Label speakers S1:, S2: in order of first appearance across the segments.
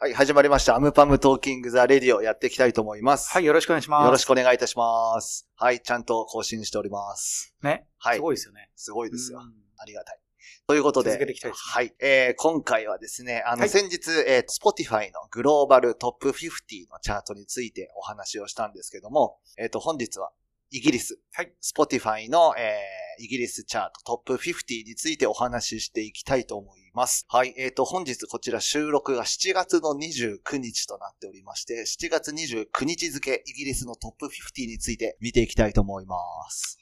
S1: はい、始まりました。アムパムトーキングザレディオやっていきたいと思います。
S2: はい、よろしくお願いします。
S1: よろしくお願いいたします。はい、ちゃんと更新しております。
S2: ね。
S1: はい
S2: す、ごいですよね。
S1: すごいですよ。
S2: うん
S1: ありがたい。ということで、
S2: 続けていきたいですね
S1: はい、えー今回はですね、あの、
S2: はい
S1: 先日、えー Spotify のグローバルトップ50のチャートについてお話をしたんですけども、えっ、と、本日はイギリス、
S2: はい、
S1: Spotify の、えーイギリスチャートトップ50についてお話ししていきたいと思います。はい、えっ、と、本日こちら収録が7月の29日となっておりまして、7月29日付、イギリスのトップ50について見ていきたいと思います。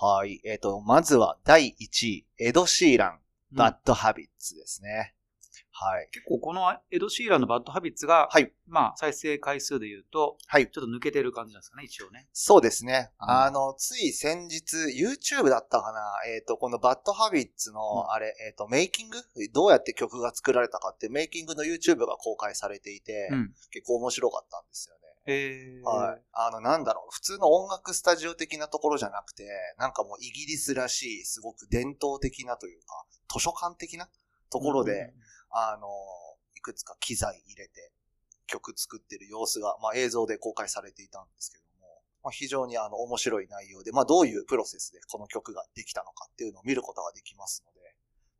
S1: はい。えっ、と、まずは第1位、エド・シーラン、
S2: うん
S1: バッド・ハビッツですね。はい。
S2: 結構このエド・シーランのバッド・ハビッツが、
S1: はい
S2: まあ、再生回数で言うと、
S1: はい
S2: ちょっと抜けてる感じなんですかね、一応ね。
S1: そうですね。
S2: うん
S1: あの、つい先日、YouTube だったかな。えっ、と、このバッド・ハビッツ
S2: うん
S1: の、あれ、えっ、と、メイキングどうやって曲が作られたかって、メイキングの YouTube が公開されていて、
S2: うん。
S1: 結構面白かったんですよね。
S2: えー、
S1: はい。あの、なんだろう、普通の音楽スタジオ的なところじゃなくて、なんかもうイギリスらしい、すごく伝統的なというか、図書館的なところで、あの、いくつか機材入れて曲作ってる様子が、まあ、映像で公開されていたんですけども、まあ、非常にあの面白い内容で、まあ、どういうプロセスでこの曲ができたのかっていうのを見ることができますので、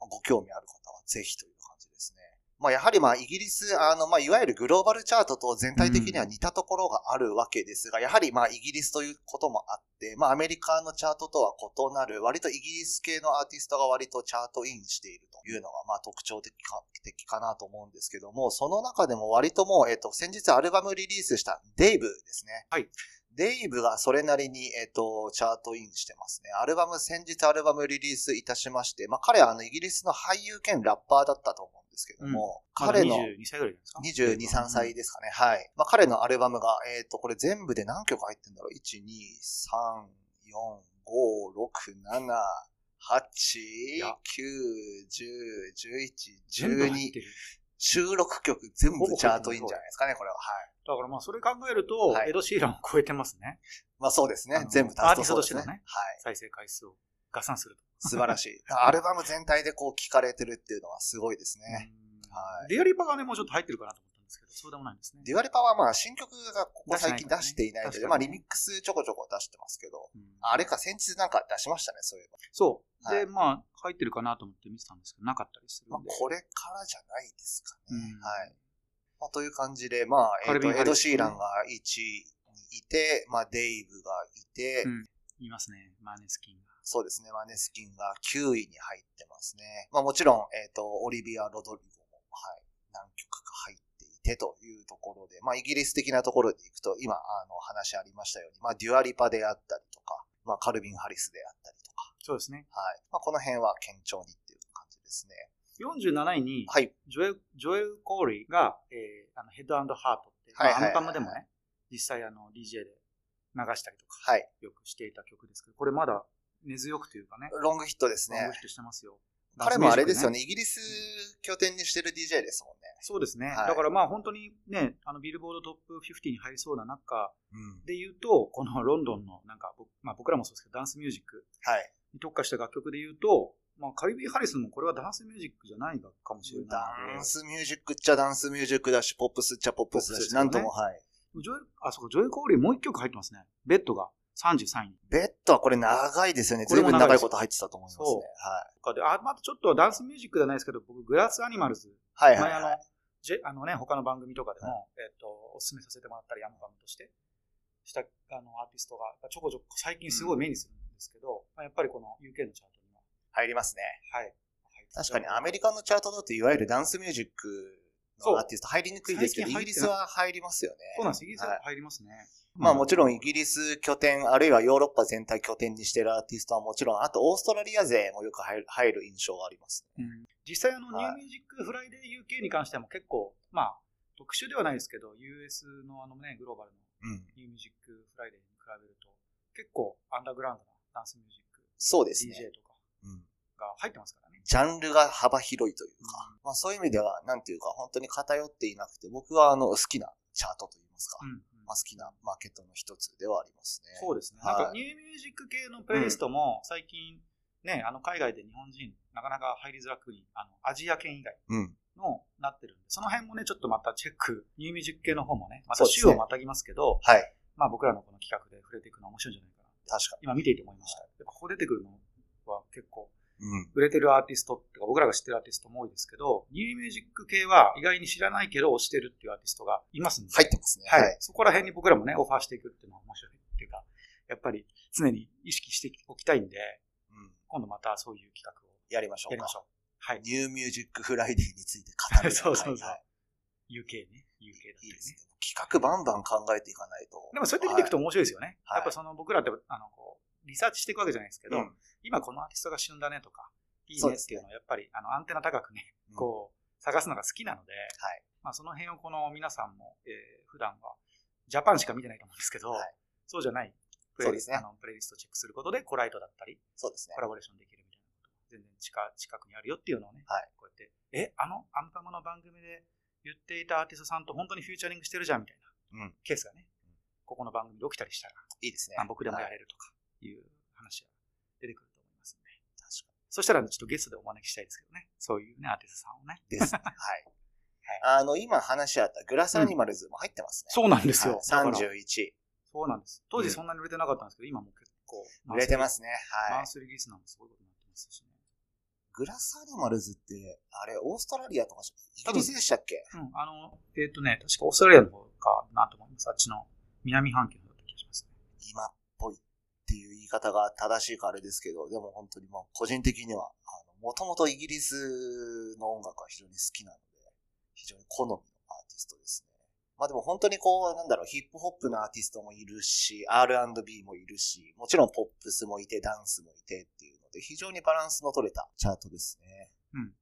S1: まあご興味ある方はぜひという感じですね。まあ、やはりまあ、イギリス、あの、まあ、いわゆるグローバルチャートと全体的には似たところがあるわけですが、やはりまあ、イギリスということもあって、まあ、アメリカのチャートとは異なる、割とイギリス系のアーティストが割とチャートインしているというのが、まあ、特徴的か、的かなと思うんですけども、その中でも割ともう、えっと、先日アルバムリリースしたデイブですね。
S2: はい。
S1: デイブがそれなりに、えっと、チャートインしてますね。アルバム、先日アルバムリリースいたしまして、まあ、彼はあの、イギリスの俳優兼ラッパーだったと思うんですけども、
S2: まだ
S1: 彼の、
S2: 22歳ぐらいじゃないですか。
S1: 22、3歳ですかね。はい。まあ、彼のアルバムが、えっ、と、これ全部で何曲入ってんだろう ?1、2、3、4、5、6、7、
S2: いや
S1: 8、
S2: 全
S1: 9、10、
S2: 部
S1: 11、
S2: 入っ
S1: 12
S2: て、る
S1: 収録曲全
S2: ほぼ
S1: 部
S2: 入って
S1: チャ
S2: る
S1: ートインじゃないですかね、これは。はい。
S2: だからまあ、それ考えると、
S1: はい
S2: エド・シーランを超えてますね。
S1: まあそうです
S2: あ
S1: ね
S2: の。
S1: 全部
S2: アー
S1: 達成
S2: ティス
S1: そ
S2: ト
S1: う
S2: と
S1: で
S2: し
S1: す
S2: ての
S1: ね。
S2: ね
S1: はい。
S2: 再生回数を合算すると。
S1: 素晴らしい。 アルバム全体でこう聞かれてるっていうのはすごいですね。
S2: うん
S1: はい
S2: ディアリパがね、もうちょっと入ってるかなと思ったんですけど、そうでもないんですね。
S1: デュアリパはまあ新曲がここ最近出
S2: 出
S1: し
S2: してて
S1: いないので、
S2: 確
S1: まあ
S2: かに
S1: リ
S2: ね
S1: ミックスちょこちょこ出してますけど、
S2: うん
S1: あれか先日なんか出しましたね、そういえば。
S2: そう。
S1: は
S2: で、
S1: い
S2: まあ、入ってるかなと思って見てたんですけど、なかったりする
S1: まあ
S2: んで。
S1: これからじゃないですかね。
S2: うん
S1: はい。まあ、という感じで、まあ、え
S2: カル
S1: っ
S2: ビン
S1: と、
S2: ハリ
S1: エ
S2: ス
S1: ド・シーランが1位にいて、まあ、デイブがいて、
S2: うんいますね、マネスキンが。
S1: そうですね、マネスキンが9位に入ってますね。まあ、もちろん、えっと、オリビア・ロドリゴも、はい、何曲か入っていてというところで、まあ、イギリス的なところでいくと、今、あの、話ありましたように、まあ、デュアリパであったりとか、まあ、カルビン・ハリスであったりとか、
S2: そうですね。
S1: はい。まあ、この辺は堅調にっていう感じですね。
S2: 47位に、
S1: はい。
S2: ジョエル、ジョエル・コーリーが、えーあのヘッドハートって、
S1: はいはいはい
S2: まあアンパンムでもね、実際あの DJ で流したりとか、
S1: はい。
S2: よくしていた曲ですけど、これまだ根強くというかね、
S1: ロングヒットです
S2: ロン
S1: ね
S2: グ。ヒットしてますよ。
S1: 彼もあれですよ
S2: ね。
S1: ね、イギリス拠点にしてる DJ ですもん
S2: そうですね。
S1: はい
S2: だからまあ本当にね、あのビルボードトップ50に入りそうな中
S1: ね。
S2: で言うと、このロンドンのなんか僕、まあ僕らもそうですけど、ダンスミュージック
S1: はい。
S2: に特化した楽曲で言うと、まあカリビー・ハリスもこれはダンスミュージックじゃないかもしれないので
S1: ダン、スミュージックっちゃダンスミュージックだし、ポップスっちゃポップスだ
S2: ポップスで
S1: し、
S2: す
S1: な
S2: よね
S1: んとも、はい。
S2: ジョエル、あ、そうか、ジョエル・コーリーもう一曲入ってますね。ベッドが33位に。
S1: ベッドはこれ長いですよね。
S2: こ
S1: ず
S2: れ
S1: いぶ
S2: も
S1: ん
S2: 長
S1: 長い
S2: いです
S1: こと入ってたと思いますね。
S2: で、あ、またちょっとダンスミュージックじゃないですけど、僕、グラス・アニマルズ、
S1: はい。
S2: 前
S1: はい
S2: あ
S1: はい
S2: の
S1: はい。、
S2: ジェあのね、他の番組とかでも、えっと、お勧めさせてもらったり、ヤムバムとして、した、あの、アーティストが、ちょこちょこ最近すごい目にするんですけど、まあやっぱりこの UK のチャートには、
S1: 入りますね。
S2: はい。
S1: 確かにアメ
S2: リ
S1: リカのチャートだといわゆるダンスミュージック
S2: そう
S1: のアーティスト入りにくいですけど、
S2: 最
S1: イギリ
S2: 近入ってない
S1: スは入りますよね。
S2: そうなんです。イギリス
S1: は
S2: はい入りますね。
S1: まあもちろんイ
S2: リ
S1: ギリス拠点、あるいはヨーロッパ全体拠点にしてるアーティストはもちろん、あとオーストラリア勢もよく入る入る印象がありますね。
S2: うん実際あの、
S1: はい
S2: ニューミュージックフライデー UK に関しても結構、まあ、特集ではないですけど、US のあのね、グローバルの
S1: うん。
S2: ニューミュージックフライデーに比べると、結構アンダーグラウンドなダンスミュージック、
S1: そうですね。
S2: DJ とか
S1: うん
S2: が入ってますからね。
S1: ジャンルが幅広いというか、まあそういう意味では、なんていうか、本当に偏っていなくて、僕はあの、好きなチャートといいますか、
S2: うんうん
S1: まあ好きなマーケットの一つではありますね。
S2: そうですね。
S1: はい
S2: なんかニューミュージック系のプレイリストも最近ね、あの海外で日本人、なかなか入りづらくに、あの、アジア圏以外
S1: うん。
S2: のなってるんで、その辺もね、ちょっとまたチェック、ニューミュージック系の方もね、ま
S1: そ
S2: た
S1: うです
S2: 週
S1: ね
S2: をまたぎますけど、
S1: はい。
S2: まあ僕らのこの企画で触れていくのは面白いんじゃないかな。
S1: 確か
S2: 今見ていて思いました。やっぱここ出てくるのは結構、
S1: に。うん。
S2: 売れてるアーティストってか、僕らが知ってるアーティストも多いですけど、ニューミュージック系は意外に知らないけど推してるっていうアーティストがいますんで、
S1: 入ってますね。
S2: はい。そこら辺に僕らもね、オファーしていくっていうのは面白いっていうか、やっぱり常に意識しておきたいんで、
S1: うん。
S2: 今度またそういう企画を
S1: やりましょ
S2: や
S1: う
S2: りま
S1: か
S2: し。ょう。はい。
S1: ニューミュージックフライデーについて語る。
S2: そうそうそう
S1: はいはい
S2: UK ね。UK だった
S1: いい
S2: りね
S1: で。すね。企画バンバン考えていかないと。
S2: でもそうやって見ていくと面白いですよね。
S1: はい
S2: やっぱその僕らって、あの、こう、リサーチしていくわけじゃないですけど、
S1: はい、うん
S2: 今このアーティストが旬だねとか、いい
S1: そう
S2: ね
S1: で
S2: っ
S1: す
S2: てい
S1: ね
S2: うのはやっぱり、あの、アンテナ高くね、
S1: うん
S2: こう、探すのが好きなので、
S1: はい
S2: まあその辺をこの皆さんも、えー普段は、ジャパンしか見てないと思うんですけど、
S1: はい
S2: そうじゃないプレ
S1: そう
S2: イ
S1: ですね
S2: あのプレイリストチェックすることで、コライトだったり、
S1: そうですね
S2: コ。ラボレーションできるみたいなこと、全然近近くにあるよっていうのをね、
S1: はい
S2: こうやって、え、あのアンパムの番組で言っていたアーティストさんと本当にフューチャリングしてるじゃんみたいな、
S1: うん
S2: ケースがね、ここの番組で起きたりしたら、
S1: いいですね
S2: あ。僕でも
S1: は
S2: や
S1: い
S2: れるとかいう話が出てくると思いますので、
S1: 確か
S2: そしたらちょっとゲストでお招きしたいですけどね、そういうね、アーティストさんをね。
S1: に。ですね。はい。あの、今話し合ったグラスアニマルズも入ってますね。
S2: そうなんで
S1: です
S2: よ。だから
S1: 31。
S2: そうなんです。当時そんなに売れてなかったんですけど、今もう結構。。
S1: 売れてますすね。
S2: マ
S1: は
S2: ン
S1: い。
S2: スリーリリースなんてすごいことになってますしね。
S1: グラスアニマルズって、あれ、オーストラリアとかじゃ、イギリスでしたっけ
S2: うん、あの、えっ、とね、確かオーストラリアの方かなと思います。あっちの南半球の方だった気がしますね。
S1: 今っぽいっていう言い方が正しいかあれですけど、でも本当にまあ個人的には、あの、もともとイギリスの音楽は非常に好きなので、非常に好みのアーティストですね。まあでも本当にこう、なんだろう、ヒップホップのアーティストもいるし、R&B もいるし、もちろんポップスもいて、ダンスもいてっていうので、非常にバランスの取れたチャートですね。
S2: うん。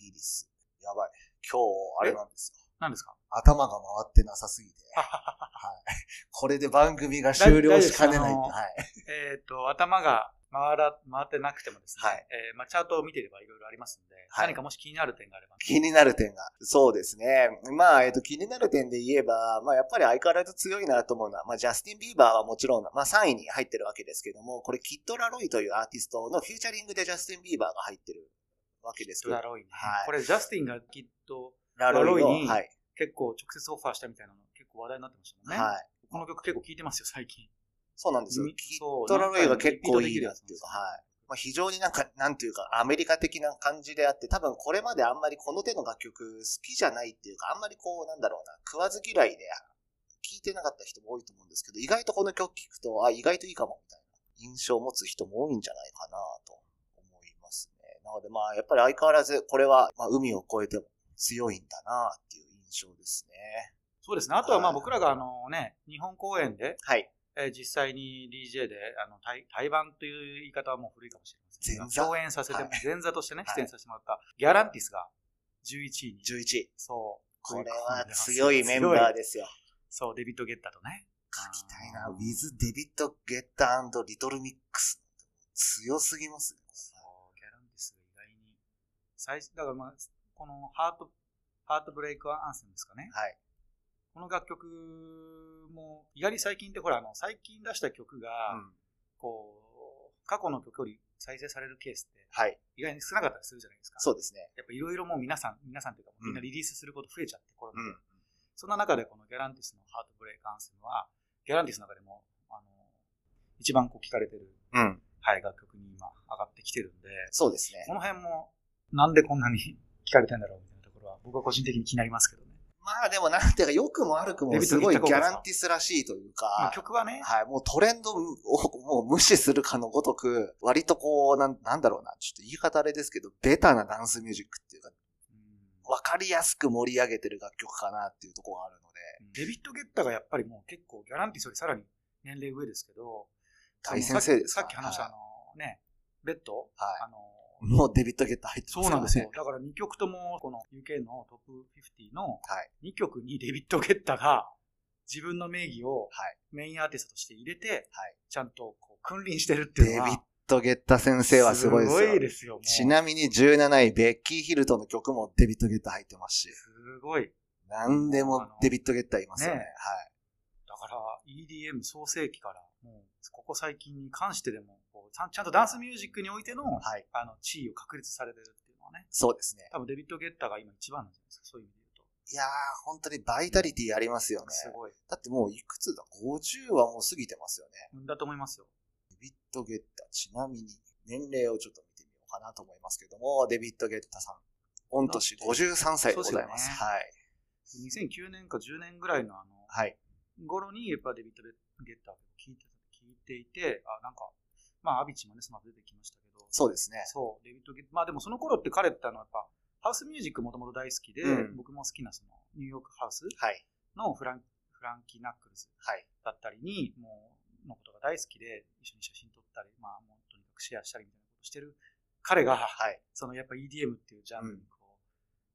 S1: イギリス。やばい。今日、あれなんですよ。
S2: 何ですか
S1: 頭が回ってなさすぎて。はい。これで番組が終了しかねないって。
S2: だ
S1: はい。
S2: えっ、と、頭が回ら、回ってなくてもですね、
S1: はい
S2: えーまあ、チャートを見てればいろいろありますんで、
S1: はい
S2: 何かもし気になる点があれば、
S1: 気になる点が。そうですね。まあ、えっと、気になる点で言えば、まあ、やっぱり相変わらず強いなと思うのは、まあ、ジャスティン・ビーバーはもちろん、まあ、3位に入ってるわけですけども、これ、キッド・ラロイというアーティストのフューチャリングでジャスティン・ビーバーが入ってるわけですけど
S2: ラ、ロイね、
S1: はい
S2: これ、ジャスティンがきっと
S1: ラ
S2: ラロイに
S1: はい。
S2: 結構直接オファーしたみたいなの結構話題になってましたもんね。
S1: はい。
S2: この曲結構聴いてますよ、最近。
S1: そうなんですよ
S2: み。
S1: キ
S2: そう
S1: ッド・ラロイが結構いいなっていうか、
S2: なんか
S1: はい。まあ、非常になんか、なんていうか、アメリカ的な感じであって、多分これまであんまりこの手の楽曲好きじゃないっていうか、あんまりこう、なんだろうな、食わず嫌いで聴いてなかった人も多いと思うんですけど、意外とこの曲聴くと、あ、意外といいかも、みたいな印象を持つ人も多いんじゃないかなと思いますね。なのでまあ、やっぱり相変わらず、これは、まあ、海を越えても強いんだなっていう印象ですね。
S2: そうですね。あとはま
S1: は
S2: あ
S1: い
S2: 僕らがあのね、日本公演で、
S1: はい。
S2: えー実際に DJ で、あの、対、対バンという言い方はもう古いかもしれませんが。
S1: 前座
S2: 共演させて、
S1: はい
S2: 前座としてね、
S1: はい
S2: 出演させてもらった、ギャランティスが11位に。
S1: 11。
S2: そう。
S1: これは強いメ ンバー
S2: で。
S1: ですよ。
S2: そう、デビッド・ゲッターとね。
S1: 書きたいな。with デビット・ゲッターリトル・ミックス。強すぎますね。
S2: そう、ギャランティスが意外に。最初、だからまあ、このハート、ハートブレイクアンセムですかね。
S1: はい。
S2: この楽曲も、意外に最近ってほら、あの、最近出した曲が、
S1: うん
S2: こう、過去の曲より再生されるケースって、
S1: はい。
S2: 意外に少なかったりするじゃないですか。
S1: そうですね。
S2: やっぱいろいろもう皆さん、皆さんというか、
S1: うん
S2: みんなリリースすること増えちゃって、コロナで。
S1: うん
S2: そんな中でこのギャランティスのハートブレイクアンセムは、ギャランティスの中でも、あの、一番こう聞かれてる、
S1: うん。
S2: はい、楽曲に今上がってきてるんで、
S1: そうですね
S2: こ。の辺も、なんでこんなに聞かれてんだろうみたいなところは、僕は個人的に気になりますけどね。
S1: まあでもなんていうか、良くも悪く
S2: デ
S1: も
S2: ビッ
S1: す
S2: ト
S1: ごい
S2: ゲ
S1: ギ
S2: ッター
S1: ャランティスらしいという
S2: まあ
S1: か、
S2: 曲はね、
S1: はい、もうトレンドをもう無視するかのごとく、割とこう、なんなんだろうな、ちょっと言い方あれですけど、ベタなダンスミュージックっていうか、
S2: うん
S1: わかりやすく盛り上げてる楽曲かなっていうところがあるので、
S2: デビット・ゲッターがやっぱりもう結構ギャランティスよりさらに年齢上ですけど、
S1: 大先生です
S2: さ
S1: か
S2: っきさっき話したあのね、ベッド
S1: はい
S2: あの、
S1: もうデビット・ゲッター入って
S2: そ
S1: ます
S2: う
S1: から
S2: なんですよ。。だから2曲とも、この UK のトップ50の
S1: はい
S2: 2曲にデビット・ゲッタが自分の名義を
S1: はい
S2: メインアーティストとして入れて
S1: はい、
S2: ちゃんとこう君臨してるって
S1: デ
S2: いう
S1: ビ
S2: のは、
S1: ット・ゲッター先生はすごいですよ。
S2: すごいですよ。もう
S1: ちなみに17位、ベッキー・ヒルトンの曲もデビット・ゲッター入ってますし、
S2: すごい。
S1: なんでもデビット・ゲッターいますよね。
S2: ねだから EDM 創世期から、もうここ最近に関してでも、こうちゃんちゃんとダンスミュージックにおいての,、
S1: はい。
S2: あの地位を確立されてるっていうのはね、
S1: そうですね。
S2: 多分デビッド・ゲッターが今一番なんじゃないですか、そういう意味で言う
S1: いやー、本当にバイタリティありますよね
S2: と。。すごい。
S1: だってもういくつだ ?50 はもう過ぎてますよね。
S2: だと思いますよ。
S1: デビッド・ゲッター、ちなみに年齢をちょっと見てみようかなと思いますけども、デビッド・ゲッターさん、御年53歳でございます。
S2: そうですよ
S1: はい。
S2: 2009年か10年ぐらいのあの、
S1: はい。
S2: 頃に、やっぱデビッド・ゲッターを聞いてた、聞いていて、あ、なんか、まあ、アビチもね、その後出てきましたけど、
S1: そうですね。
S2: そう、デビッド・ゲッター、まあでもその頃って彼ってあの、やっぱ、ハウスミュージックもともと大好きで、
S1: うん
S2: 僕も好きなその、ニューヨークハウス
S1: はい。
S2: のフランフランキー・ナックルズ
S1: はい。
S2: だったりに、もう、のことが大好きで、一緒に写真撮ったり、まあ、もうとにかくシェアしたりみたいなことしてる彼が、
S1: はい。
S2: そのやっぱ EDM っていうジャンルにこう、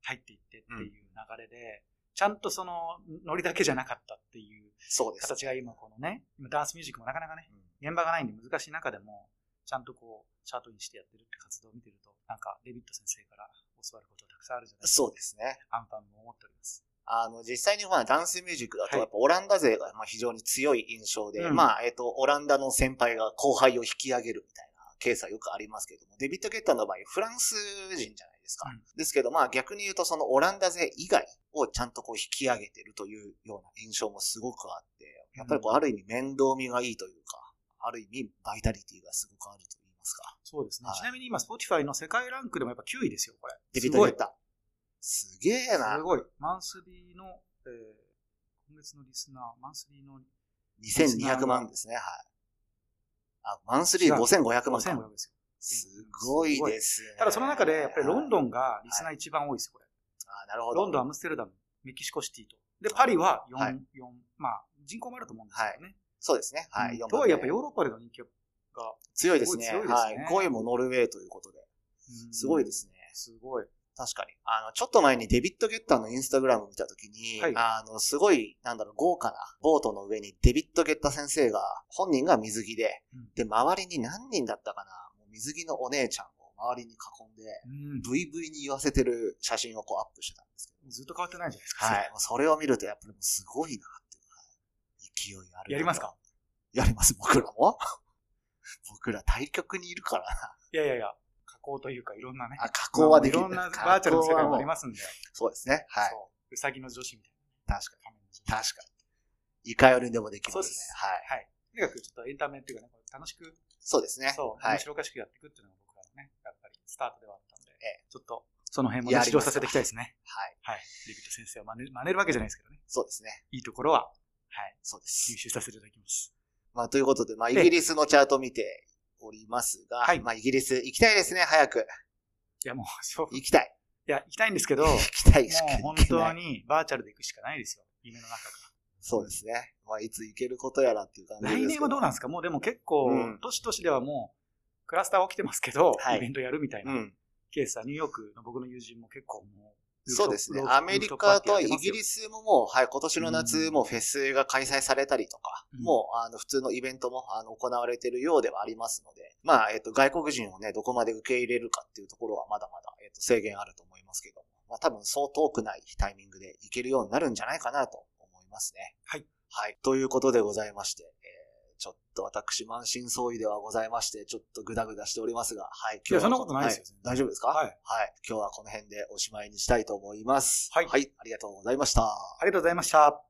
S2: 入っていってっていう流れで、ちゃんとその、ノリだけじゃなかったっていう
S1: そうです。
S2: 形が今このね、今ダンスミュージックもなかなかね、
S1: うん
S2: 現場がないんで難しい中でも、ちゃんとこう、チャートインしてやってるって活動を見てると、なんか、デビッド先生から教わることたくさんあるじゃないですか。
S1: そうですね。
S2: アンパンも思っております。
S1: あの、実際にまあダンスミュージックだと、
S2: はい
S1: やっぱオランダ勢がまあ非常に強い印象で、
S2: うん
S1: まあ、えっ、と、オランダの先輩が後輩を引き上げるみたいなケースはよくありますけども、デビッド・ゲッターの場合、フランス人じゃないですか。
S2: うん
S1: ですけど、まあ逆に言うと、そのオランダ勢以外をちゃんとこう引き上げてるというような印象もすごくあって、やっぱりこう、ある意味面倒見がいいというか、ある意味バイタリティがすごくあると言いますか。
S2: そうですね。
S1: はい
S2: ちなみに今、Spotify の世界ランクでもやっぱ9位ですよ、これ。
S1: デビッド・ゲッター。すげえ
S2: すごい。す
S1: な。
S2: ごい。マンスリーの、えー、今月のリスナー、マンスリーの
S1: 2200万ですね、はい。あ、マンスリー5500万か。
S2: 5500ですよ。
S1: すごいですね。
S2: ただその中で、やっぱりロンド
S1: ン。
S2: ンがリスナー一番多いですよ、これ。
S1: あ、なるほど。
S2: ロンドン、アムステルダム、メキシコシティと。で、パリは4、
S1: は
S2: はいまあ、人口もあると思うんですけどね。
S1: そうですね。は
S2: うん
S1: い。4
S2: と
S1: 番
S2: は
S1: 目
S2: やっぱヨーロッパでの人気が、
S1: 強いですね。
S2: すごい強いです
S1: はい
S2: ね。
S1: 5位もノルウェーということで。すごいで。すね。
S2: すごい。
S1: 確かに。あの、ちょっと前にデビッド・ゲッターのインスタグラム見たときに、
S2: はい
S1: あの、すごい、なんだろう、豪華なボートの上にデビッド・ゲッター先生が、本人が水着で、
S2: うん
S1: で、周りに何人だったかな、もう水着のお姉ちゃんを周りに囲んで、
S2: うん。
S1: VV に言わせてる写真をこうアップしてたんですけど、
S2: ずっと変わってないじゃないですか。
S1: はい。もうそれを見ると、やっぱりもうすごいなっていう、はい勢いある。
S2: やりますか
S1: やります、僕らも。 僕ら対局にいるから
S2: いやいやいや、加工というか、いろんなね。
S1: な。あ、加工はできる。
S2: まあいろんなバーチャルの世界もあり
S1: す。
S2: ますんで。
S1: そうですね。はい。
S2: そう。うさぎの女子みたい
S1: 確か
S2: な。仮面の女子
S1: に。確かに。いかよりでもでき
S2: そ
S1: ま
S2: う
S1: す
S2: で
S1: ね
S2: す。
S1: はい。
S2: はい。とにかくちょっとエンタメっていうかね、これ楽しく、
S1: そうですね。
S2: そう、
S1: は
S2: 面
S1: い。
S2: 白おかしくやっていくっていうのが僕らのね、やっぱりスタートではあったんで
S1: え、
S2: ちょっと、その辺も
S1: や
S2: ね
S1: り
S2: 指
S1: ます
S2: 導させていきたいですね。
S1: はい。
S2: はい。デビット先生を真似真似るわけじゃないですけどね。
S1: そうですね。
S2: いいところは、はい。
S1: そうで
S2: 吸
S1: す。
S2: 収させていただきます。
S1: まあ、ということで、まあ、イ
S2: ええ
S1: ギリスのチャートを見ておりますが、
S2: はい
S1: まあ、イギリス行きたいですね、早く。
S2: いや、もう、そう。い
S1: 行きたい。
S2: や、行きたいんですけど、もう
S1: 行きたいしか行
S2: 本
S1: けない。
S2: 当にバーチャルで行くしかないですよ。夢の中か
S1: そうですね。まあ、いつ行けることやらっていう感じ
S2: ら。
S1: ですけ
S2: 来
S1: ど。
S2: 年はどうなんですかもうでも結構
S1: うん、
S2: 年々ではもう、クラスター起きてますけど、
S1: はい
S2: イベントやるみたいな
S1: うん。
S2: ケースは、ニューヨークの僕の友人も結構もう、
S1: そうですね
S2: ル。ーフ
S1: アメリカとイギ
S2: ルー
S1: リスももう、はい、今年の夏
S2: うん
S1: もうフェスが開催されたりとか、
S2: うん
S1: もう、あの、普通のイベントも、あの、行われてるようではありますので、まあ、えっと、外国人をね、どこまで受け入れるかっていうところはまだまだ、えっと、制限あると思いますけども、まあ、多分そう遠くないタイミングで行けるようになるんじゃないかなと思いますね。
S2: はい。
S1: はい。ということでございまして、えーちょっと私、満身創痍ではございまして、ちょっとグダグダしておりますが、はい。
S2: いやそんな
S1: は
S2: ことないですよ
S1: は
S2: 全然
S1: 大丈夫ですか
S2: はい
S1: はい。今日はこの辺でおしまいにしたいと思います。
S2: はい
S1: ありがとうございました。
S2: ありがとうございました。